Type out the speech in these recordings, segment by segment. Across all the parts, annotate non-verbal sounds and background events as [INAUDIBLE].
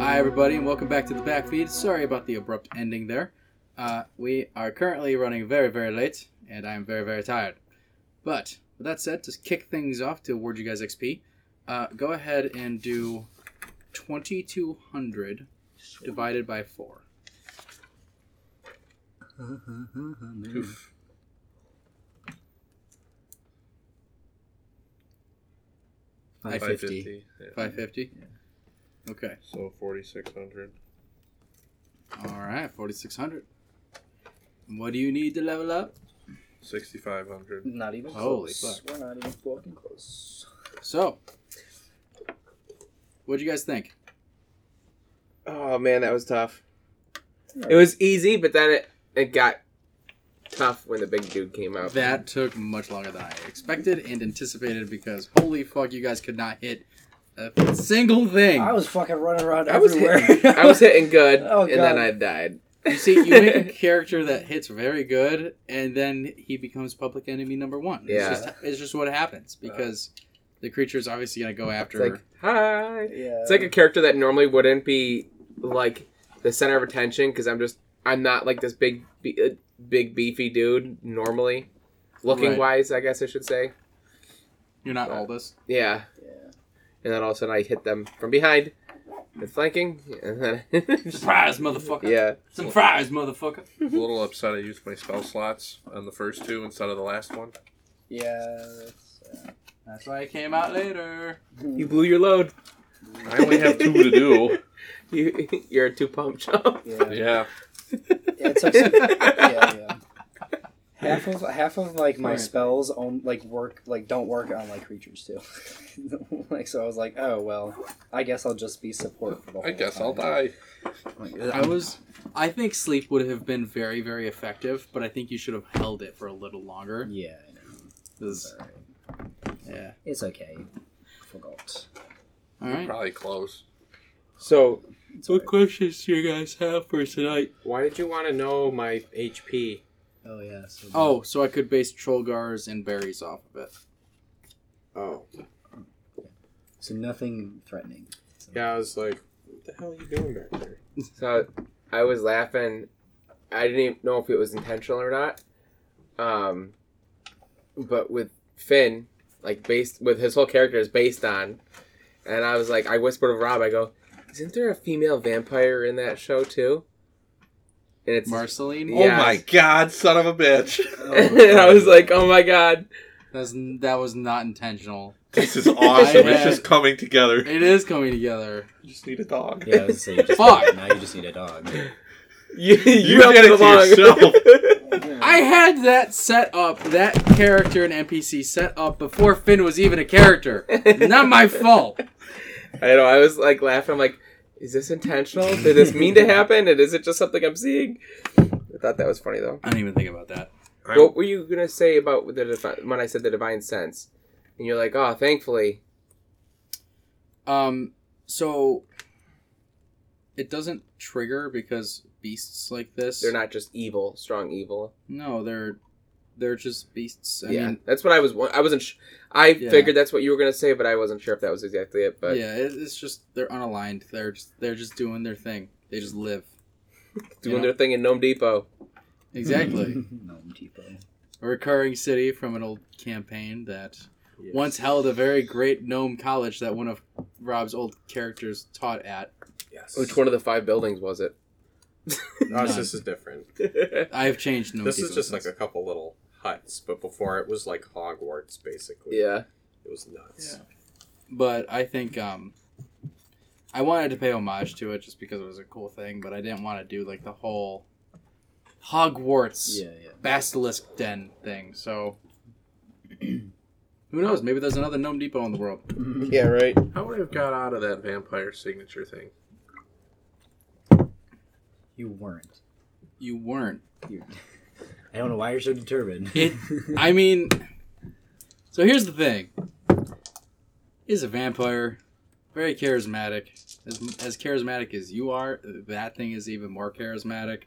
Hi, everybody, and welcome back to the back feed. Sorry about the abrupt ending there. Uh, we are currently running very, very late, and I am very, very tired. But with that said, to kick things off to award you guys XP, uh, go ahead and do 2200 divided by 4. Oof. Five Five fifty. fifty. Yeah. 550? Okay. So forty six hundred. All right, 4600. What do you need to level up? Sixty five hundred. Not even Holy close. fuck. We're not even fucking close. So, what'd you guys think? Oh man, that was tough. It was easy, but then it, it got tough when the big dude came out. That took much longer than I expected and anticipated because holy fuck, you guys could not hit a single thing. I was fucking running around I was everywhere. hitting, [LAUGHS] [LAUGHS] I was hitting good, Oh, and then God. I died. You see, you make [LAUGHS] a character that hits very good, and then he becomes public enemy number one. Yeah. It's just, it's just what happens because the creature is obviously going to go It's after. like yeah. hi. [LAUGHS] It's like a character that normally wouldn't be like the center of attention because I'm just I'm not like this big be- uh, big beefy dude normally, looking Right. wise. I guess I should say. You're not Aldous. Yeah, yeah. and then all of a sudden I hit them from behind, and flanking, and then [LAUGHS] Surprise, motherfucker. yeah. Some fries, motherfucker. I was a little upset. I used my spell slots on the first two instead of the last one. Yeah. that's, uh, That's why it came out later. You blew your load. I only have two to do. You, [LAUGHS] you're a two pump chump. [LAUGHS] yeah. yeah. Yeah. It's [LAUGHS] like some, yeah, yeah. Half of half of like my Alright. spells on like work like don't work on like creatures too. [LAUGHS] like so I was like, oh well, I guess I'll just be support for the whole I guess I'll time. die. Like, I was. I think sleep would have been very, very effective, but I think you should have held it for a little longer. [LAUGHS] Yeah. I know. 'cause- Sorry. Yeah. It's okay. Forgot. All right. Probably close. So It's What alright. questions do you guys have for tonight? why did you want to know my HP? Oh yeah. So Oh, so I could base Trollgars and berries off of it. Oh, So nothing threatening. So- yeah. I was like, what the hell are you doing back there? So I was laughing. I didn't even know if it was intentional or not. Um, but with Finn, like based with his whole character is based on, and I was like, I whispered to Rob, I go, "Isn't there a female vampire in that show too?" And it's Marceline? Yeah. Yes. Oh god, son of a bitch! [LAUGHS] and I was like, "Oh my god!" That's, that was not intentional. This [LAUGHS] is awesome. It's just coming together. It is coming together. I just need a dog. Yeah, I was saying, you just Fuck. now you just need a dog. You, You did it to yourself. I had that set up, that character and NPC set up before Finn was even a character. [LAUGHS] Not my fault. I know. I was like laughing. I'm like, is this intentional? Did this mean to happen? And is it just something I'm seeing? I thought that was funny though. I didn't even think about that. What were you gonna say about the divi- when I said the divine sense? And you're like, oh, thankfully. Um, so it doesn't trigger because beasts like this They're not just evil, strong evil. No, they're they're just beasts. I yeah, mean, that's what I was. won- I wasn't. Sh- I Yeah. figured that's what you were gonna say, but I wasn't sure if that was exactly it. But yeah, it, it's just they're unaligned. They're just they're just doing their thing. They just live. doing know? their thing in Gnome Depot. Exactly. [LAUGHS] No, Depot. a recurring city from an old campaign that Yes. once held a very great gnome college that one of Rob's old characters taught at. Yes. Which one of the five buildings was it? No, it's- None. this is different. I've changed gnome. This is people just since. like a couple little huts, but before it was like Hogwarts, basically. yeah. It was nuts. But I think um, I wanted to pay homage to it just because it was a cool thing, but I didn't want to do like the whole Hogwarts Yeah, yeah. basilisk den thing. So [CLEARS THROAT] who knows? Maybe there's another gnome depot in the world. Yeah. Right. How would I have got out of that vampire signature thing? You weren't. You weren't. You. I don't know why you're so determined. [LAUGHS] It. I mean, so here's the thing. He's a vampire, very charismatic. As, as charismatic as you are, that thing is even more charismatic.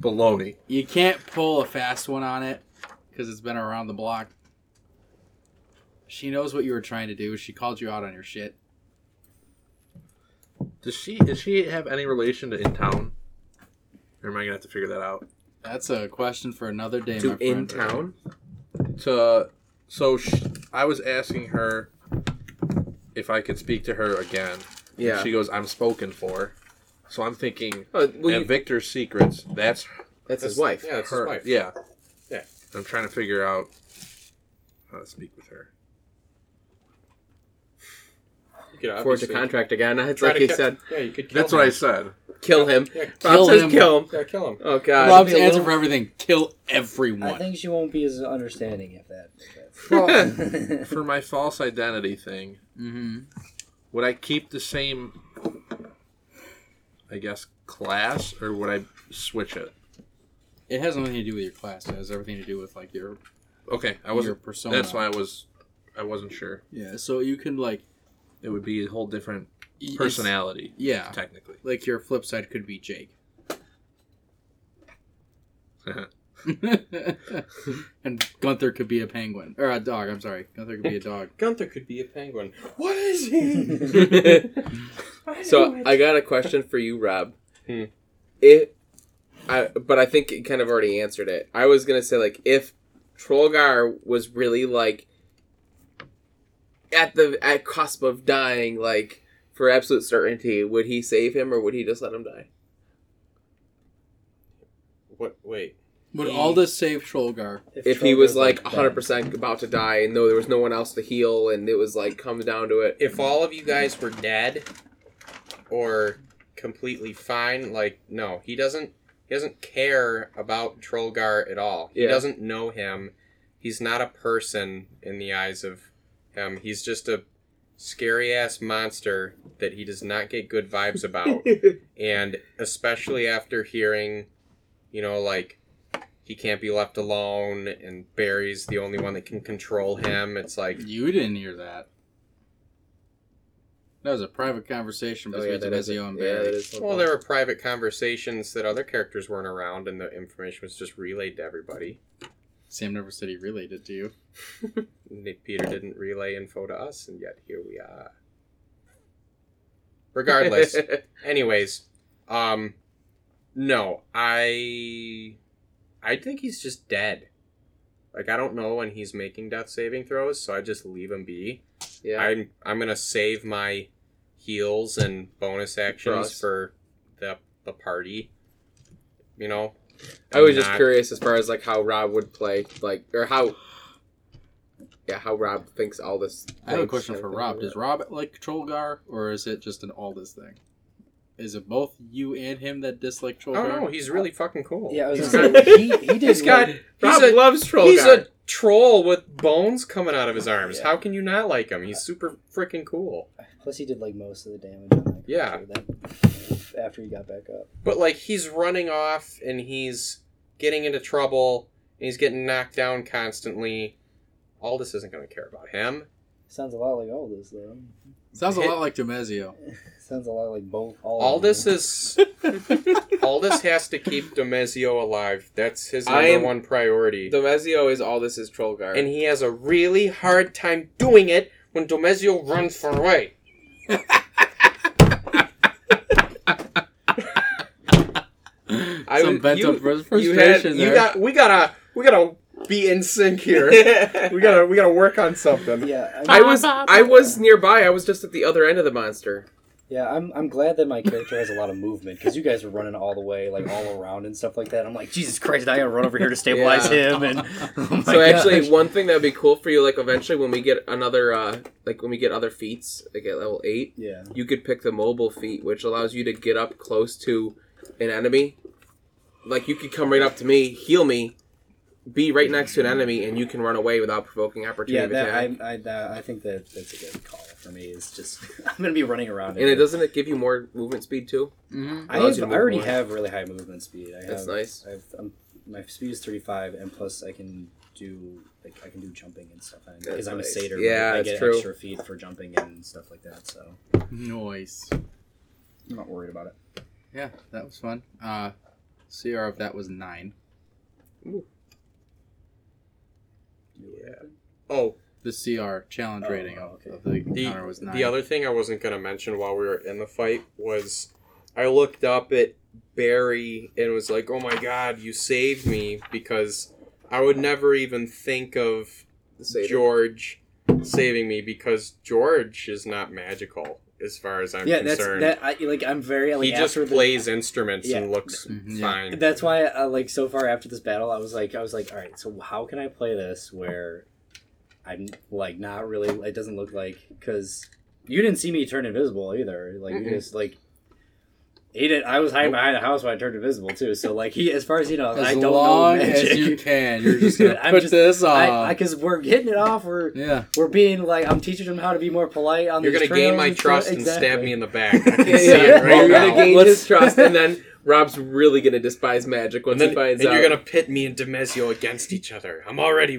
Baloney. You can't pull a fast one on it because it's been around the block. She knows what you were trying to do. She called you out on your shit. Does she? Does she have any relation to in town? Or am I gonna have to figure that out? That's a question for another day, my to friend. uh, in town. To so, sh I was asking her if I could speak to her again. Yeah. She goes, "I'm spoken for," so I'm thinking. oh, well, and you- Victor's secrets. That's that's his wife. Yeah, it's her. his wife. Oh, Yeah. Yeah. I'm trying to figure out how to speak with her. You could Forge a obviously contract again. It's try like to he kill- said, Yeah, you could. Kill That's him. what I said. kill him. Yeah, Bob Kill says him. [LAUGHS] kill him. yeah, kill him. Oh God. Rob's Be a answer little- for everything: kill everyone. I think she won't be as understanding if that. [LAUGHS] [LAUGHS] Well, If for my false identity thing, mm-hmm. would I keep the same, I guess, class, or would I switch it? It has nothing to do with your class. It has everything to do with like your Okay, I your wasn't. persona. That's why I was. I wasn't sure. Yeah, so you can like It would be a whole different y- it's- personality, Yeah, technically. like your flip side could be Jake. [LAUGHS] and Gunther could be a penguin or a dog. I'm sorry, Gunther could be a [LAUGHS] dog. Gunther could be a penguin. What is he? that's- so I got a question for you, Rob. [LAUGHS] Hmm. If, I, but I think you kind of already answered it. I was gonna say like if Trollgar was really like at the at cusp of dying, like for absolute certainty, would he save him or would he just let him die? what? Wait. Would He- Aldous save [LAUGHS] Trollgar? If he was Trollgar's, like dead. hundred percent about to die and though there was no one else to heal and it was like come down to it. If all of you guys [LAUGHS] were dead or completely fine, like no, he doesn't. He doesn't care about Trollgar at all. He Yeah. doesn't know him. He's not a person in the eyes of him. He's just a scary ass monster that he does not get good vibes Oh, about. and especially after hearing you know like he can't be left alone and barry's the only one that can control him it's like You didn't hear that. That was a private conversation Oh, between yeah, oh, that is it. and Yeah, Barry. that is something. well there were private conversations that other characters weren't around and the information was just relayed to everybody Sam never said he related to you. nick peter didn't relay info to us and yet here we are regardless [LAUGHS] anyways um no i i think he's just dead like i don't know when he's making death saving throws so i just leave him be yeah. i'm i'm gonna save my heals and bonus actions us. for the the party you know I was just Not- curious as far as like how Rob would play, like or how, yeah, how Rob thinks all this. I have a thinks, question I for think, Rob. yeah. Does Rob like Trollgar, or is it just an Aldous thing? Is it both you and him that dislike oh Trollgar? no he's really fucking cool Yeah, I was [LAUGHS] he's gonna got- say, he, he he's did got [LAUGHS] what- Rob he's a loves troll. He's guard. a troll with bones coming out of his arms. Yeah. How can you not like him? He's super freaking cool. Plus, he did like most of the damage. On that Yeah. creature that- after he got back up. But like he's running off and he's getting into trouble and he's getting knocked down constantly. Aldous isn't going to care about him. Sounds a lot like Aldous though. Sounds a lot like Demezio. Sounds a lot like both. All of Aldous them. is Aldous has to keep Demezio alive. That's his number I am- one priority. Domezio is all this is troll guard. and he has a really hard time doing it when Domezio runs far away. I Some was- pent you- up frus- you had- frustration You there. got we gotta we gotta be in sync [LAUGHS] here. we gotta we gotta work on something. Yeah, I I'm, was I was nearby. I was just at the other end of the monster. yeah, I'm, I'm glad that my character has a lot of movement because you guys were running all the way, like all around and stuff like that. I'm like, Jesus Christ, I gotta run over here to stabilize him. [LAUGHS] And oh my So actually, gosh. one thing that would be cool for you, like eventually when we get another, uh like when we get other feats, like at level eight, yeah, you could pick the mobile feat, which allows you to get up close to an enemy. Like you could come right up to me, heal me, be right next to an enemy, and you can run away without provoking opportunity yeah, that, attack. I, I, that, I think that that's a good call for me. It's just [LAUGHS] I'm gonna be running around. and it doesn't it give you more movement speed too? Mhm. I, have, allows you to I move already more. have really high movement speed. I have, That's nice. I've, um, my speed is 35, and plus I can do like I can do jumping and stuff because That's I'm a nice. satyr. Yeah, I that's get true. extra feet for jumping and stuff like that. So Noise. I'm not worried about it. Yeah, that was fun. Uh, CR of that was nine. Oh, the CR challenge Oh, rating of, okay. of the encounter The, was nine. the other thing I wasn't going to mention while we were in the fight was I looked up at Barry and was like, oh my god, you saved me because I would never even think of The saber. George saving me because George is not magical as far as I'm yeah, that's concerned. that. I like. I'm very like. he just after the- [LAUGHS] plays instruments Yeah. and looks Mhm, yeah. fine. That's why, uh, like, so far after this battle, I was like, I was like, all right, so how can I play this where I'm like not really? It doesn't look like because you didn't see me turn invisible either. Like you Mm-mm. just like. He did. I was hiding behind the house when I turned invisible too. So like he, as far as you know, as I don't long know magic. as [LAUGHS] you can, you're just gonna I'm put just- this on. [LAUGHS] I, [LAUGHS] because we're hitting it off. We're yeah, we're being like, I'm teaching him how to be more polite on. You're these going to gain trails my and trust stuff. and stab Exactly. me in [LAUGHS] the back. I can see yeah, it right you're now. gonna gain Let's- [LAUGHS] his trust, and then Rob's really gonna despise magic once And then, he finds and out. you're gonna pit me and Demezio against each other. I'm already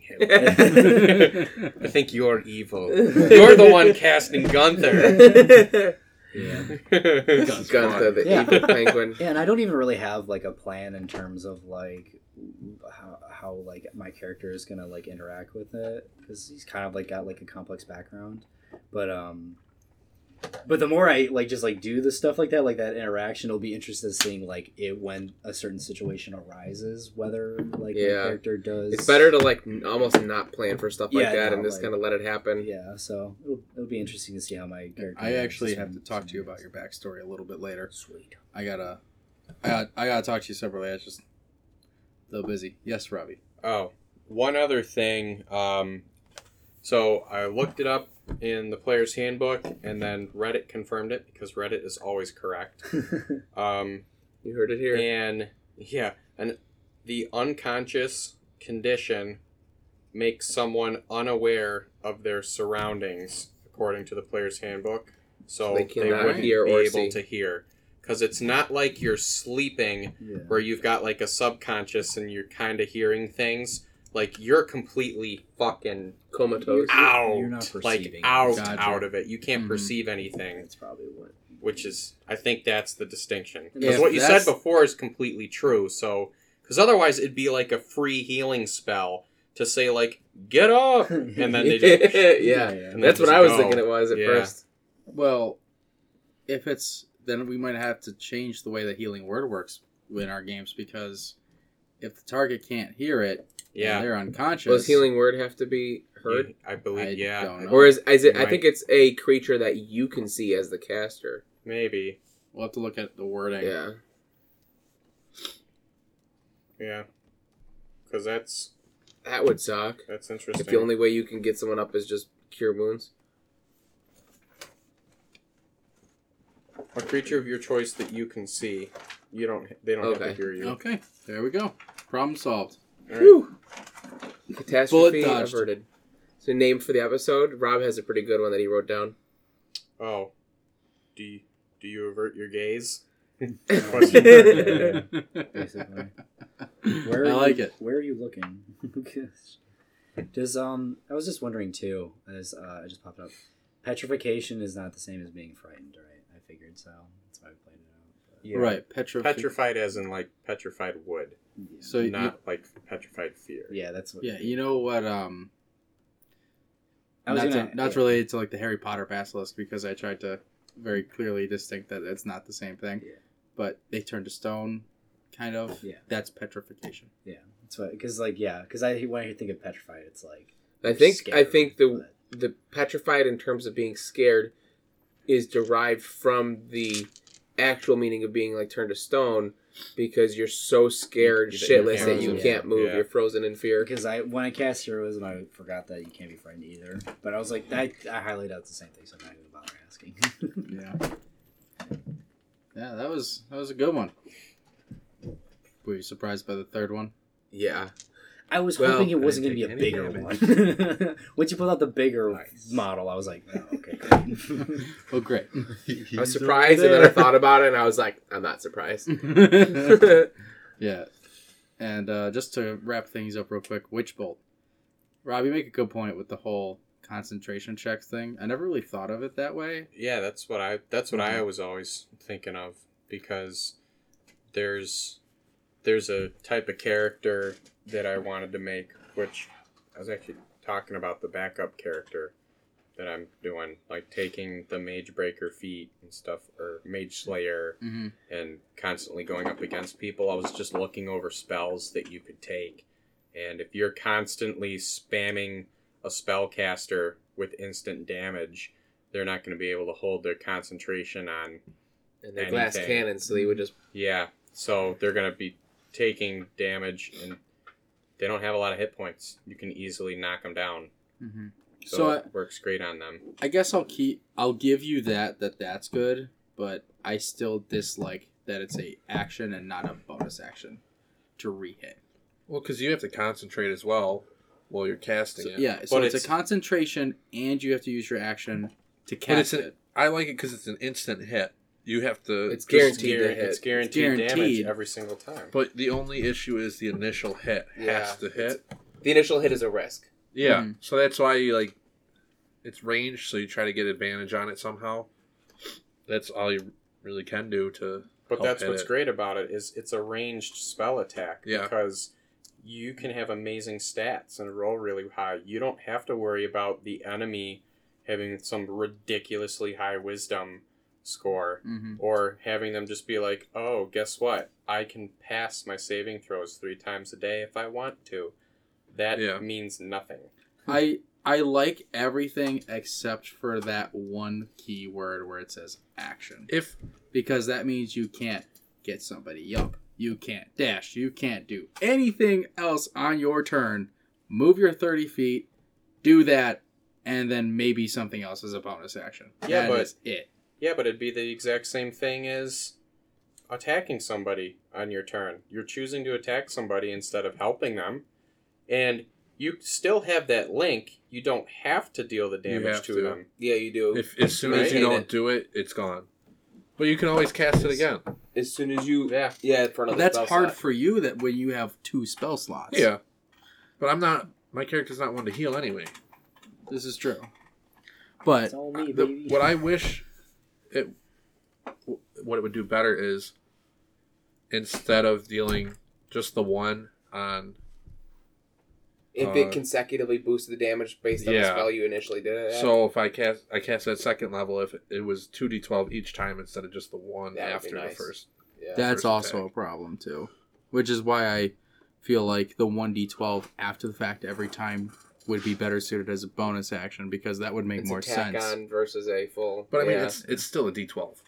[LAUGHS] him. [LAUGHS] I think you're evil. You're the one casting Gunther. Gunther. Gunther, the Yeah. evil penguin. Yeah, and I don't even really have like a plan in terms of like how, how like my character is gonna like interact with it because he's kind of like got like a complex background, but um, but the more I like just like do the stuff like that, like that interaction, it'll be interesting seeing like it when a certain situation arises, whether like my Yeah. character does. It's better to like n- almost not plan for stuff like Yeah, that no, and just like- kind of let it happen. Yeah, so it'll, it'll be interesting to see how my character. [LAUGHS] I actually have reacts to talk to you about some- your backstory a little bit later. Sweet. I gotta, I got, I gotta talk to you separately. I was just a little busy. Yes, Robbie. [LAUGHS] Oh, one other thing. Um, so I looked it up in the player's handbook, and then Reddit confirmed it because Reddit is always correct. Um, You heard it here. and yeah, and the unconscious condition makes someone unaware of their surroundings, according to the player's handbook. So They they, cannot wouldn't hear be or able see. to hear because it's not like you're sleeping [LAUGHS] yeah. where you've got like a subconscious and you're kind of hearing things. Like you're completely fucking Comatose. out, You're not like perceiving. out, Gotcha. out of it. You can't Mhm. perceive anything, That's probably what. which is, I think, that's the distinction. If Because what you that's- said before is completely true. So, because otherwise it'd be like a free healing spell to say like get up, and then they just [LAUGHS] yeah. and they That's what just I was go. thinking it was at Yeah. first. Well, if it's then we might have to change the way the healing word works in our games because if the target can't hear it, yeah, Yeah, they're unconscious. Does healing word have to be heard? I believe. I yeah, don't know. Or is, is it? I Right. think it's a creature that you can see as the caster. maybe. We'll have to look at the wording. Yeah. Yeah, because that's That would suck. that's interesting. If the only way you can get someone up is just cure wounds. A creature of your choice that you can see. You don't. They don't have Okay. to hear you. Okay, there we go. Problem solved. All right. Whew. Catastrophe Bullet dodged. averted. So name for the episode. Rob has a pretty good one that he wrote down. Oh, do you, do you avert your gaze? Yeah. [LAUGHS] [LAUGHS] basically. Where I are like you- it. Where are you looking? [LAUGHS] 'Cause- Does um? I was just wondering too. As uh, I just popped up, petrification is not the same as being frightened, right? I figured so. That's why I played it out. but- Right, petrified. Petrified as in like petrified wood, Yeah. so you- not like petrified fear. yeah, that's what. yeah, you know what? Um, I was not, gonna- to, not yeah. related to like the Harry Potter basilisk because I tried to very clearly distinct that it's not the same thing. Yeah. But they turn to stone, kind of. Yeah. That's [LAUGHS] petrification. Yeah, that's what. Because like yeah, because I when I think of petrified, it's like I think I scared, think the but- the petrified in terms of being scared is derived from the actual meaning of being like turned to stone because you're so scared You're shitless that you frozen. can't move. Yeah. You're frozen in fear. Because I when I cast heroism, I forgot that you can't be frightened either. But I was like, I, I highlighted out the same thing, so I'm not even bother asking. [LAUGHS] Yeah. Yeah, that was that was a good one. Were you surprised by the third one? Yeah. I was Well, hoping I it wasn't going didn't to be a take bigger any one. [LAUGHS] Once you pulled out the bigger Nice. model, I was like, oh, okay. great. Oh, [LAUGHS] great. [LAUGHS] I was surprised and then I thought about it and I was like, I'm [LAUGHS] not surprised. yeah. And uh, just to wrap things up real quick, Witch Bolt. Rob, you make a good point with the whole concentration checks thing. I never really thought of it that way. Yeah, that's what I that's what I was always thinking of because there's there's a type of character that I wanted to make, which I was actually talking about the backup character that I'm doing, like taking the Mage Breaker feat and stuff, or Mage Slayer, Mm-hmm. and constantly going up against people. I was just looking over spells that you could take. And if you're constantly spamming a spellcaster with instant damage, they're not going to be able to hold their concentration on. And they're glass Anything. cannons, so they would just Yeah, so they're going to be taking damage and they don't have a lot of hit points. You can easily knock them down. Mm-hmm. So, So I- it works great on them. I guess I'll keep. I'll give you that. That that's good, but I still dislike that it's a action and not a bonus action to re-hit. Well, because you have to concentrate as well while you're casting So, it. yeah, so But it's, it's- a concentration, and you have to use your action to cast it's an- it. I like it because it's an instant hit. You have to. It's just- guaranteed. Guar- to hit. It's guaranteed, Guaranteed. damage every single time. But the only issue is the initial hit Yeah, has to hit. the initial hit is a risk. Yeah, Mhm. so that's why you like it's range, so you try to get advantage on it somehow. That's all you really can do to. But help that's hit what's it. great about it is it's a ranged spell attack Yeah. because you can have amazing stats and roll really high. You don't have to worry about the enemy having some ridiculously high wisdom score Mm-hmm. or having them just be like, "Oh, guess what? I can pass my saving throws 3 times a day if I want to." That Yeah. means nothing. I I like everything except for that one key word where it says action If because that means you can't get somebody up, you can't dash, you can't do anything else on your turn. Move your thirty feet, do that, and then maybe something else is a bonus action. Yeah, That but- is it. Yeah, but it'd be the exact same thing as attacking somebody on your turn. You're choosing to attack somebody instead of helping them. And you still have that link. You don't have to deal the damage have to, to. them. Yeah, you do. if as soon as you Right. don't do it, it's gone. But you can always cast it again. as soon as you Yeah. yeah for another. That's spell hard slot. for you that when you have two spell slots. Yeah, but I'm not. My character's not one to heal anyway. this is true. But It's all me, The- baby. [LAUGHS] what I wish it what it would do better is instead of dealing just the one on if Uh, it consecutively boosts the damage based on the Yeah. spell you initially did it. at. So if I cast I cast at second level, if it was two d twelve each time instead of just the one That would be after the nice. first. yeah. That's first also attack. a problem too, which is why I feel like the one d twelve after the fact every time would be better suited as a bonus action because that would make it's more attack sense. on versus a full. But I mean, yeah. it's it's still a d twelve.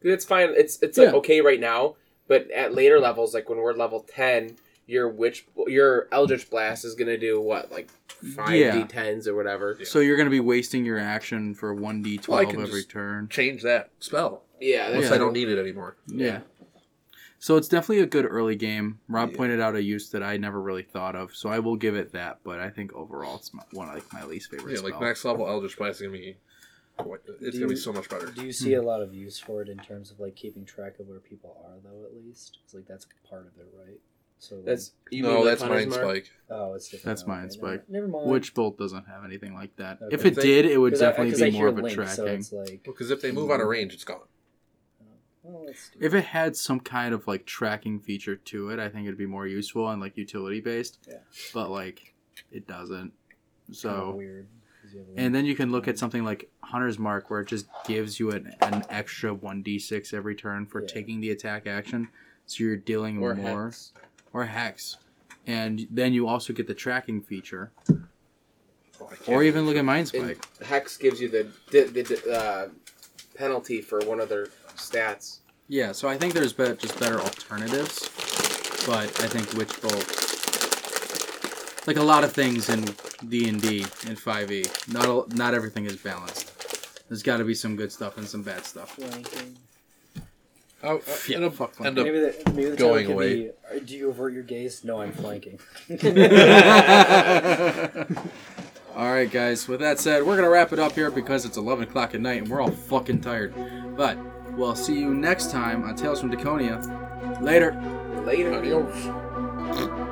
Dude, it's fine. It's it's Yeah. like okay right now, but at later levels, like when we're level ten, your witch, your eldritch blast is gonna do what like five Yeah. d tens or whatever. So you're going to be wasting your action for one d Well, I twelve can every just- turn. Change that spell Yeah, that's unless I don't need it anymore. Yeah. So it's definitely a good early game. Rob Yeah. pointed out a use that I never really thought of, so I will give it that. But I think overall, it's my, one of like my least favorite. Yeah, like spell. max level Eldritch Blast is gonna be it's gonna be so much better. Do you see a lot of use for it in terms of like keeping track of where people are though? At least it's like that's part of it, right? So like- That's you mean No, like that's Hunter's Mind Mark? Spike. oh, it's different. That's Okay, mine, Spike. Never, never mind. Witch Bolt doesn't have anything like that. Okay. If it They- did, it would 'Cause I- definitely 'cause I be more hear of a link, so tracking. it's like, oh, Because if they move out of range, it's gone. well, that's stupid. If it had some kind of like tracking feature to it, I think it'd be more useful and like utility based. Yeah. But like it doesn't. Kinda So weird. 'cause you have a link. and then you can look at something like Hunter's Mark where it just gives you an, an extra 1d6 every turn for Yeah. taking the attack action. So you're dealing or more Hex. or hex. And then you also get the tracking feature Oh, I can't or even believe look it. at Mind And Spike. Hex gives you the the, the uh, penalty for one of their stats. Yeah, so I think there's bet just better alternatives, but I think Witch Bolt, like a lot of things in D and D and Five E, not all, not everything is balanced. There's got to be some good stuff and some bad stuff. [LAUGHS] Flanking. Oh, Yeah, it'll fuck end up Maybe the, maybe the going title could away. be, "Are- uh, Do you avert your gaze? No, I'm flanking. [LAUGHS] all right, guys. With that said, we're gonna wrap it up here because it's 11 o'clock at night and we're all fucking tired. But we'll see you next time on Tales from Deconia. Later. Later. Adios.